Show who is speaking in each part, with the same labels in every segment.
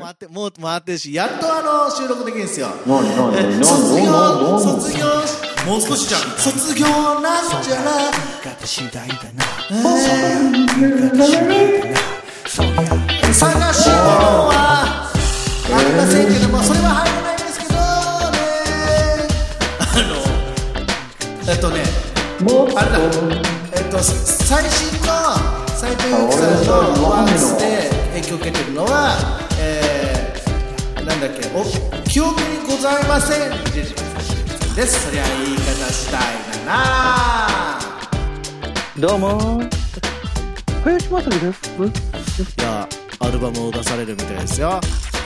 Speaker 1: 回って、もう回ってるし、やっとあの、収録できるんですよ。
Speaker 2: なんでなんでなんで
Speaker 1: え卒業
Speaker 2: なんでなん、で
Speaker 1: 卒業、もう少しじゃん。卒業なんじゃら。えー探し物は、ありませんけども、それは入らないんですけどね。あの、えっとね、
Speaker 2: もっと
Speaker 1: あれだ、えっと、最新の斎藤佑樹さんのワンスで影響を受けてるのは、えー、なんだっけ、お記憶にございませんです。そりゃ言い方したいなな。
Speaker 3: どうもー林正樹です
Speaker 1: いやアルバムを出されるみたいですよ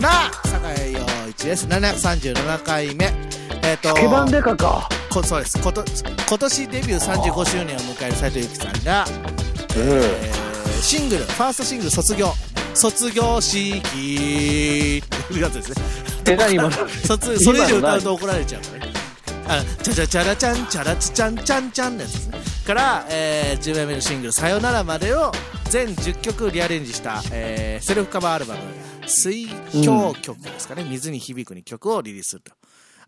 Speaker 1: なあ酒井陽一です737回目えっ、と
Speaker 3: 基盤デカか
Speaker 1: こそうですこと今年デビュー35周年を迎える斉藤由貴さんが、えーシングルファーストシングル「卒業」「卒業式」っていう やつですね
Speaker 3: え、何今の
Speaker 1: 卒それ以上歌うと怒られちゃうからねあチャチャチャラチャンチャラチャンチャンチャンのやつですねから、えー10枚目のシングル「さよならまで」を全10曲リアレンジした、えーセルフカバーアルバム「水郷曲」ですかね、水に響く」に曲をリリースすると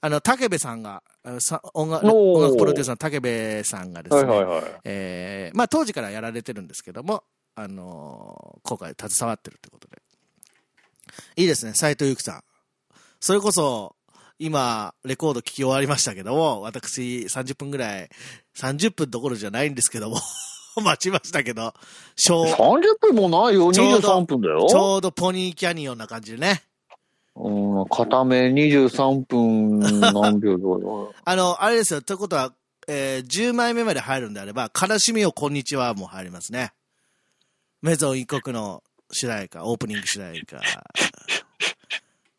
Speaker 1: あの武部さんがあのさ音楽
Speaker 3: おー
Speaker 1: 音楽プロデューサーの武部さんがです
Speaker 2: は
Speaker 1: ね、
Speaker 2: いはいはい。
Speaker 1: えーまあ、当時からやられてるんですけども、あのー今回携わってるってことで。いいですね、斉藤由貴さん。それこそ、今、レコード聴き終わりましたけども、私30分ぐらい、30分どころじゃないんですけども、 待ちましたけど、ショー
Speaker 2: 30分もないよ、
Speaker 1: ちょうど
Speaker 2: 23分だよ。
Speaker 1: ちょうどポニーキャニオンな感じでね。
Speaker 2: うん、片目23分何秒だよ。
Speaker 1: あの、あれですよ、ということは、えー10枚目まで入るんであれば、悲しみをこんにちはも入りますね。メゾン一国の主題歌、オープニング主題歌。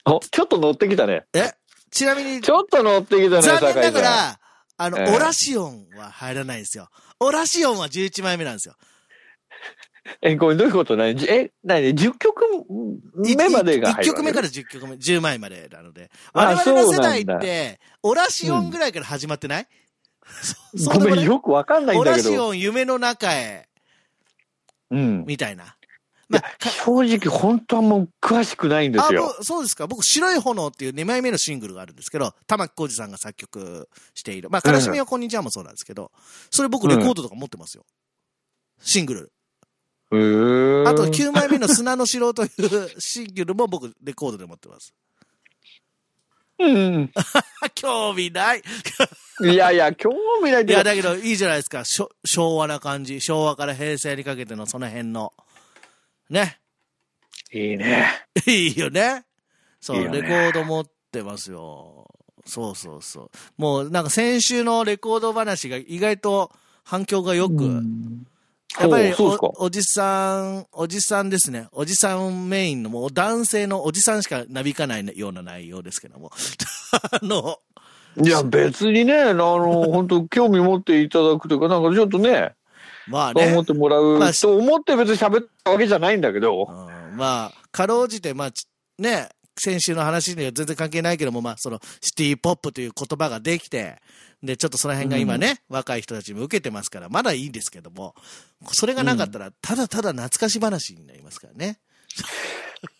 Speaker 2: お、ちょっと乗ってきたね。
Speaker 1: えちなみに、
Speaker 2: ちょっと乗ってきたね、
Speaker 1: 残念
Speaker 2: 酒
Speaker 1: なが
Speaker 2: 井さん。
Speaker 1: ら、あの、
Speaker 2: ええ
Speaker 1: オラシオンは入らないんですよ。オラシオンは11枚目なんですよ。
Speaker 2: え、これどういうことなにえ、なに ?10 曲
Speaker 1: い
Speaker 2: 目までが入るわけ。
Speaker 1: 1曲目から10曲目、10枚までなので。
Speaker 2: あ
Speaker 1: 我々の世代っ
Speaker 2: そうなん
Speaker 1: て、オラシオンぐらいから始まってない、そ
Speaker 2: ご
Speaker 1: でも
Speaker 2: め、
Speaker 1: なんい
Speaker 2: よくわかんない
Speaker 1: オ
Speaker 2: んだ
Speaker 1: ラ
Speaker 2: け
Speaker 1: シ
Speaker 2: ど。
Speaker 1: オン夢の中へ、
Speaker 2: うん。
Speaker 1: みたいな。
Speaker 2: いや正直、本当はもう詳しくないんです
Speaker 1: あ、も
Speaker 2: よ。
Speaker 1: う、そうですか。僕、白い炎っていう2枚目のシングルがあるんですけど、玉木浩二さんが作曲している。まあ、
Speaker 2: うん
Speaker 1: 悲しみはこんにちはもそうなんですけど、それ僕レコードとか持ってますよ。シングル。
Speaker 2: へー
Speaker 1: あと9枚目の砂の城というシングルも僕レコードで持ってます。
Speaker 2: うん。
Speaker 1: あ興味ない。
Speaker 2: いやいや、興味ない
Speaker 1: い
Speaker 2: けど
Speaker 1: や、だけどいいじゃないですか。しょ昭和な感じ。昭和から平成にかけてのその辺の。ね。
Speaker 2: いいね。
Speaker 1: いいよね。そう、
Speaker 2: いいよね
Speaker 1: レコード持ってますよ。そうそうそう。もうなんか先週のレコード話が意外と反響がよく、やっぱり
Speaker 2: おそうですか
Speaker 1: おおじさん、おじさんですね。おじさんメインの、もう男性のおじさんしかなびかないような内容ですけども。 あの、
Speaker 2: いや、別にね、あ の、本当興味持っていただくというか、なんかちょっとね、
Speaker 1: まあ
Speaker 2: そう
Speaker 1: ね。
Speaker 2: 思ってもら
Speaker 1: まあ
Speaker 2: う
Speaker 1: し
Speaker 2: と思って別に喋ったわけじゃないんだけど、
Speaker 1: うんまあ、かろうじて、まあ、ちね、先週の話には全然関係ないけども、まあ、その、シティポップという言葉ができて、で、ちょっとその辺が今ね、若い人たちも受けてますから、まだいいんですけども、それがなかったら、ただただ懐かし話になりますからね。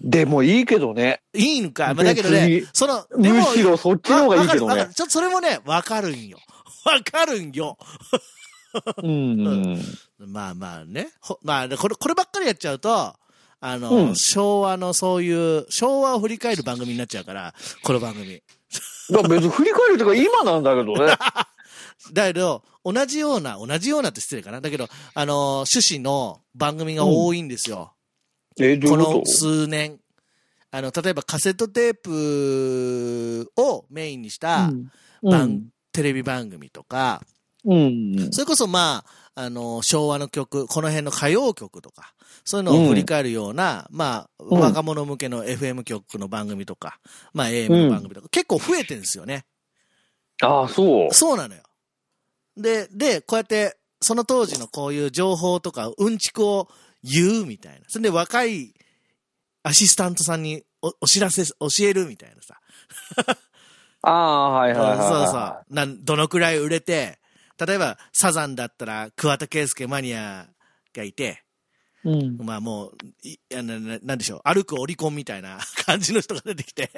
Speaker 2: でもいいけどね、
Speaker 1: いいんか、まあ、だけどね
Speaker 2: 別に、
Speaker 1: その、で
Speaker 2: む
Speaker 1: も
Speaker 2: しろそっちの方がいいけど
Speaker 1: わわかるわ
Speaker 2: ね
Speaker 1: かる。ちょっとそれもね、わかるんよ。わかるんよ。
Speaker 2: うん。
Speaker 1: まあまあね。ほまあ、これ、こればっかりやっちゃうと、あの、
Speaker 2: うん
Speaker 1: 昭和のそういう、昭和を振り返る番組になっちゃうから、この番組。
Speaker 2: だから別に振り返るとか今なんだけど ね。
Speaker 1: だけど、同じような、同じようなって失礼かな。だけど、あの、趣旨の番組が多いんですよ。
Speaker 2: え、ど
Speaker 1: こ
Speaker 2: ういうこ
Speaker 1: の数年。あの、例えばカセットテープをメインにし
Speaker 2: と
Speaker 1: た、
Speaker 2: う
Speaker 1: 番
Speaker 2: ん。
Speaker 1: テレビ番組とか、
Speaker 2: うん。
Speaker 1: それこそまあ、あの、昭和の曲、この辺の歌謡曲とか、そういうのを振り返るような、まあ、
Speaker 2: ん
Speaker 1: 若者向けの FM 曲の番組とか、まあ AM の番組とか、結構増えてるんですよね。
Speaker 2: ああ、そう。
Speaker 1: そうなのよ。で、で、こうやって、その当時のこういう情報とか、うんちくを言うみたいな。それで若いアシスタントさんにおお知らせ、教えるみたいなさ。
Speaker 2: ああ、はいはいはいはい。
Speaker 1: そうそうなん。どのくらい売れて、例えばサザンだったら桑田佳祐マニアがいて、
Speaker 2: うん。
Speaker 1: まあもう、いあのななんでしょう、歩くオリコンみたいな感じの人が出てきて。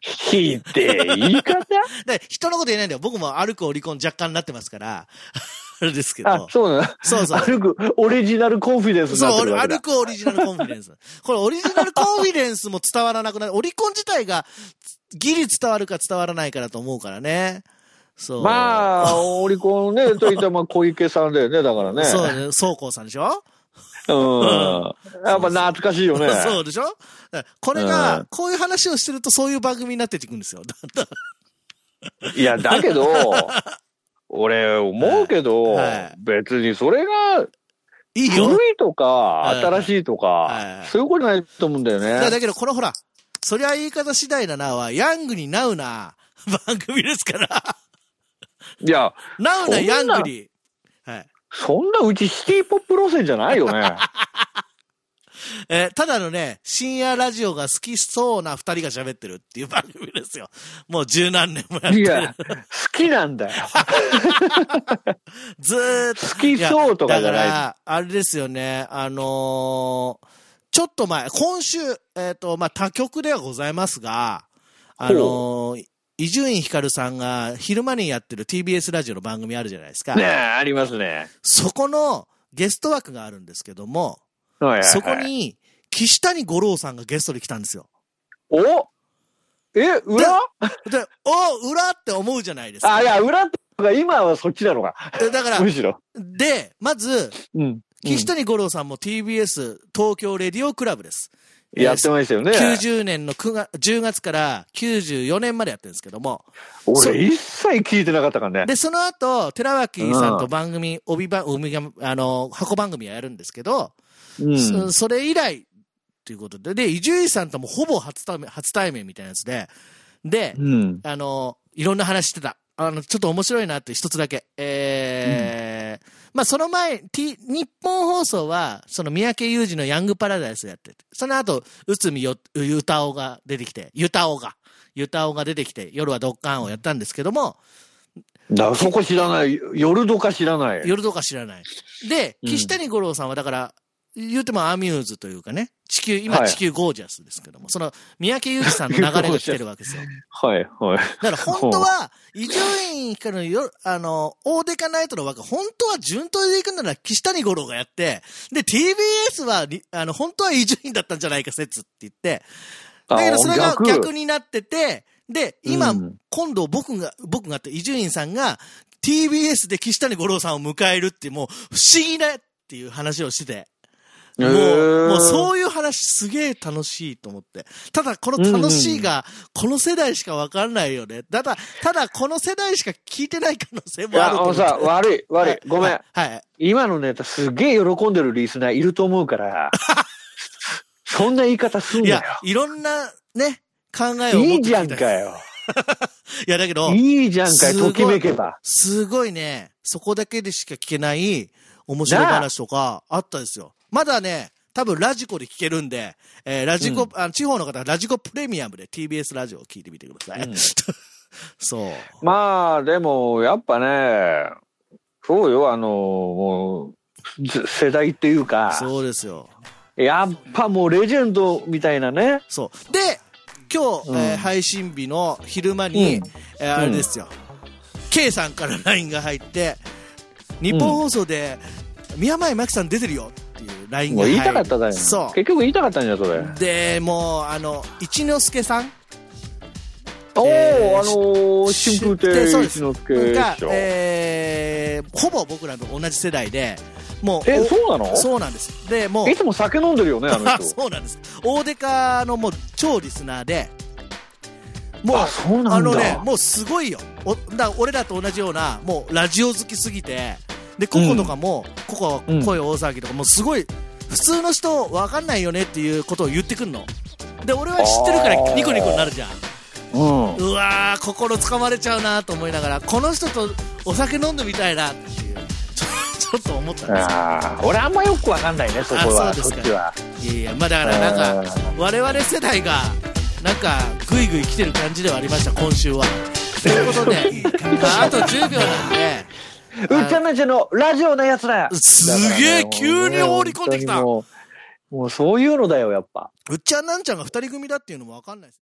Speaker 2: ひでえ言い方
Speaker 1: で、人のこと言えないんだよ。僕も歩くオリコン若干になってますから、 あれですけ
Speaker 2: あ
Speaker 1: ど、。
Speaker 2: そうな
Speaker 1: そうそう
Speaker 2: の。。歩く、オリジナルコンフィデンスになって
Speaker 1: そう、
Speaker 2: るわ
Speaker 1: 歩
Speaker 2: けだ。
Speaker 1: くオリジナルコンフィデンス。これ、オリジナルコンフィデンスも伝わらなくなる。オリコン自体が、ギリ伝わるか伝わらないかだと思うからね。そう。
Speaker 2: まあ、オリコン ね、といったらまあ小池さんだよね、だからね。
Speaker 1: そうね、そうこうさんでしょ
Speaker 2: うん。やっぱ懐かしいよね。
Speaker 1: そうでしょだからこれが、
Speaker 2: うん
Speaker 1: こういう話をしてるとそういう番組になっていくんですよ。だ だ
Speaker 2: いや、だけど、俺思うけど、
Speaker 1: はい
Speaker 2: 別にそれが
Speaker 1: いいよ
Speaker 2: 古。いとか
Speaker 1: い
Speaker 2: 新しいとか、
Speaker 1: い
Speaker 2: そういうことないと思うんだよ
Speaker 1: だから
Speaker 2: ね。
Speaker 1: だけど、このほら、そりゃ言い方次第だなは、ヤングにナウ な番組ですから。
Speaker 2: いや、
Speaker 1: ナウな
Speaker 2: そんな
Speaker 1: ヤングに。はい。
Speaker 2: そんなうちシティポップ路線じゃな いよね。
Speaker 1: えーただのね、深夜ラジオが好きそうな二人が喋ってるっていう番組ですよ。もう十何年もやっ
Speaker 2: い
Speaker 1: てる
Speaker 2: や。、好きなんだよ。
Speaker 1: ずーっと。
Speaker 2: 好きそうとかじ
Speaker 1: だ
Speaker 2: ゃ
Speaker 1: か
Speaker 2: ない。
Speaker 1: ら、あれですよね、あのーちょっと前、今週、えっ、と、まあ、他局ではございますが、あのー伊集院光さんが昼間にやってる TBS ラジオの番組あるじゃないですか。
Speaker 2: ねえ、ありますね。
Speaker 1: そこのゲスト枠があるんですけども、
Speaker 2: はいはいはい
Speaker 1: そこに岸谷五郎さんがゲストで来たんですよ。
Speaker 2: おえ、裏
Speaker 1: で、お裏って思うじゃないですか。
Speaker 2: あ、いや、裏っていうか、今はそっちなのか。
Speaker 1: でだから
Speaker 2: む、しろ。
Speaker 1: で、まず、
Speaker 2: うん。
Speaker 1: 岸谷五郎さんも TBS 東京レディオクラブです。
Speaker 2: うんやってましたよね。
Speaker 1: 90年の9月、10月から94年までやってるんですけども。そう
Speaker 2: 俺、一切聞いてなかったからね。
Speaker 1: で、その後、寺脇さんと番組、帯番、帯が、あの、箱番組はやるんですけど、
Speaker 2: うん。
Speaker 1: そそれ以来、ということで、で、伊集院さんともほぼ初対面、初対面みたいなやつで、で、
Speaker 2: うん。
Speaker 1: あの、いろんな話してた。あの、ちょっと面白いなって一つだけ。えーまあ、その前、T、日本放送は、その三宅裕二のヤングパラダイスやってて、その後、内海よ、ゆたおが出てきて、ゆたおが、ゆたおが出てきて、夜はドッカンをやったんですけども、
Speaker 2: だからそこ知らない。夜どか知らない。
Speaker 1: 夜とか知らない。で、
Speaker 2: うん
Speaker 1: 岸谷五郎さんはだから、言うてもアミューズというかね、地球、今
Speaker 2: はい
Speaker 1: 地球ゴージャスですけども、その三宅裕二さんの流れが来てるわけです よ。
Speaker 2: はい、はい。
Speaker 1: だから本当は、伊集院光のよ、あの、大デカナイトの枠、本当は順当でいくなら岸谷五郎がやって、で、TBS はり、あの、本当は伊集院だったんじゃないか説って言って、だけどそれが逆になってて、で、今、
Speaker 2: うん
Speaker 1: 今度僕が、僕がって伊集院さんが、TBS で岸谷五郎さんを迎えるって、もう、不思議だっていう話をしてて。
Speaker 2: へ
Speaker 1: も
Speaker 2: ー
Speaker 1: う、もうそういう話すげえ楽しいと思って。ただこの楽しいが、この世代しかわからないよね。ただ、ただこの世代しか聞いてない可能性
Speaker 2: い
Speaker 1: もあ
Speaker 2: や、
Speaker 1: る
Speaker 2: あ
Speaker 1: と思
Speaker 2: の
Speaker 1: って。
Speaker 2: さ、悪い、悪
Speaker 1: はい
Speaker 2: い。ごめん。。
Speaker 1: はい。
Speaker 2: 今のネタすげえ喜んでるリスナーいると思 うから、そんな言い方すん
Speaker 1: い
Speaker 2: なよ
Speaker 1: や。、いろんなね、考えを持って
Speaker 2: い
Speaker 1: 聞き
Speaker 2: いじ
Speaker 1: た
Speaker 2: ゃんか。よ。
Speaker 1: いや、だけど、
Speaker 2: いいじゃんかよ。
Speaker 1: すごい
Speaker 2: ときめけば。
Speaker 1: すごいね、そこだけでしか聞けない面白い話とかあったですよ。まだね、多分ラジコで聞けるんで、えーラジコ、
Speaker 2: うん
Speaker 1: あの地方の方はラジコプレミアムで TBS ラジオを聞いてみてください。
Speaker 2: うん
Speaker 1: そう。
Speaker 2: まあ、でも、やっぱね、そうよ、あの、もう、ず世代っていうか、
Speaker 1: そうですよ。
Speaker 2: やっぱもうレジェンドみたいなね。
Speaker 1: そう。で、今日、
Speaker 2: うん
Speaker 1: えー配信日の昼間に、
Speaker 2: うん
Speaker 1: えーあれですよ、K さんから LINE が入って、日本放送で、宮前真紀さん出てるよっていう LINE
Speaker 2: も
Speaker 1: が
Speaker 2: う
Speaker 1: 入
Speaker 2: 言
Speaker 1: る
Speaker 2: いたかっただよ。
Speaker 1: そう。
Speaker 2: 結局言いたかったんじゃ、それ。
Speaker 1: で、もう、あの、一之輔さん
Speaker 2: お
Speaker 1: えー
Speaker 2: お、あのー、春風亭
Speaker 1: そうで
Speaker 2: 一
Speaker 1: す
Speaker 2: 之輔
Speaker 1: が
Speaker 2: 師匠。、
Speaker 1: え
Speaker 2: え、
Speaker 1: ー、ほぼ僕らと同じ世代で、もう、お
Speaker 2: そうなの
Speaker 1: そうなんです。で、もう
Speaker 2: い、つも酒飲んでるよね、あの 人。
Speaker 1: そうなんです。大デカのもう超リスナーで、もう、
Speaker 2: あ、そう
Speaker 1: あ
Speaker 2: なんだ。
Speaker 1: のね、もうすごいよ。おだ俺らと同じような、もうラジオ好きすぎて、で、ココとかも、ココは声大騒ぎとか、もうすごい、普通の人わかんないよねっていうことを言ってくんの。で、俺は知ってるから
Speaker 2: あー
Speaker 1: ニコニコになるじゃん。
Speaker 2: うん。
Speaker 1: うわー、心つかまれちゃうなと思いながら、この人とお酒飲んでみたいなっていう、ちょちょっと思ったんです
Speaker 2: ああ、俺あんまよくわかんないね、そこ
Speaker 1: あ
Speaker 2: は。
Speaker 1: そう
Speaker 2: そ
Speaker 1: ですか
Speaker 2: っちは。
Speaker 1: よ。いやいや、まあだからなんか
Speaker 2: あ、
Speaker 1: 我々世代が、なんか、ぐいぐい来てる感じではありました、今週は。ということ で、まああと10秒なんで、
Speaker 2: うっちゃんなんちゃんのラジオのやつだ
Speaker 1: すげえ急に放り込んできた
Speaker 2: だからもう
Speaker 3: もうそういうのだよ、やっぱ。
Speaker 1: うっちゃんなんちゃんが2人組だっていうのも分かんないです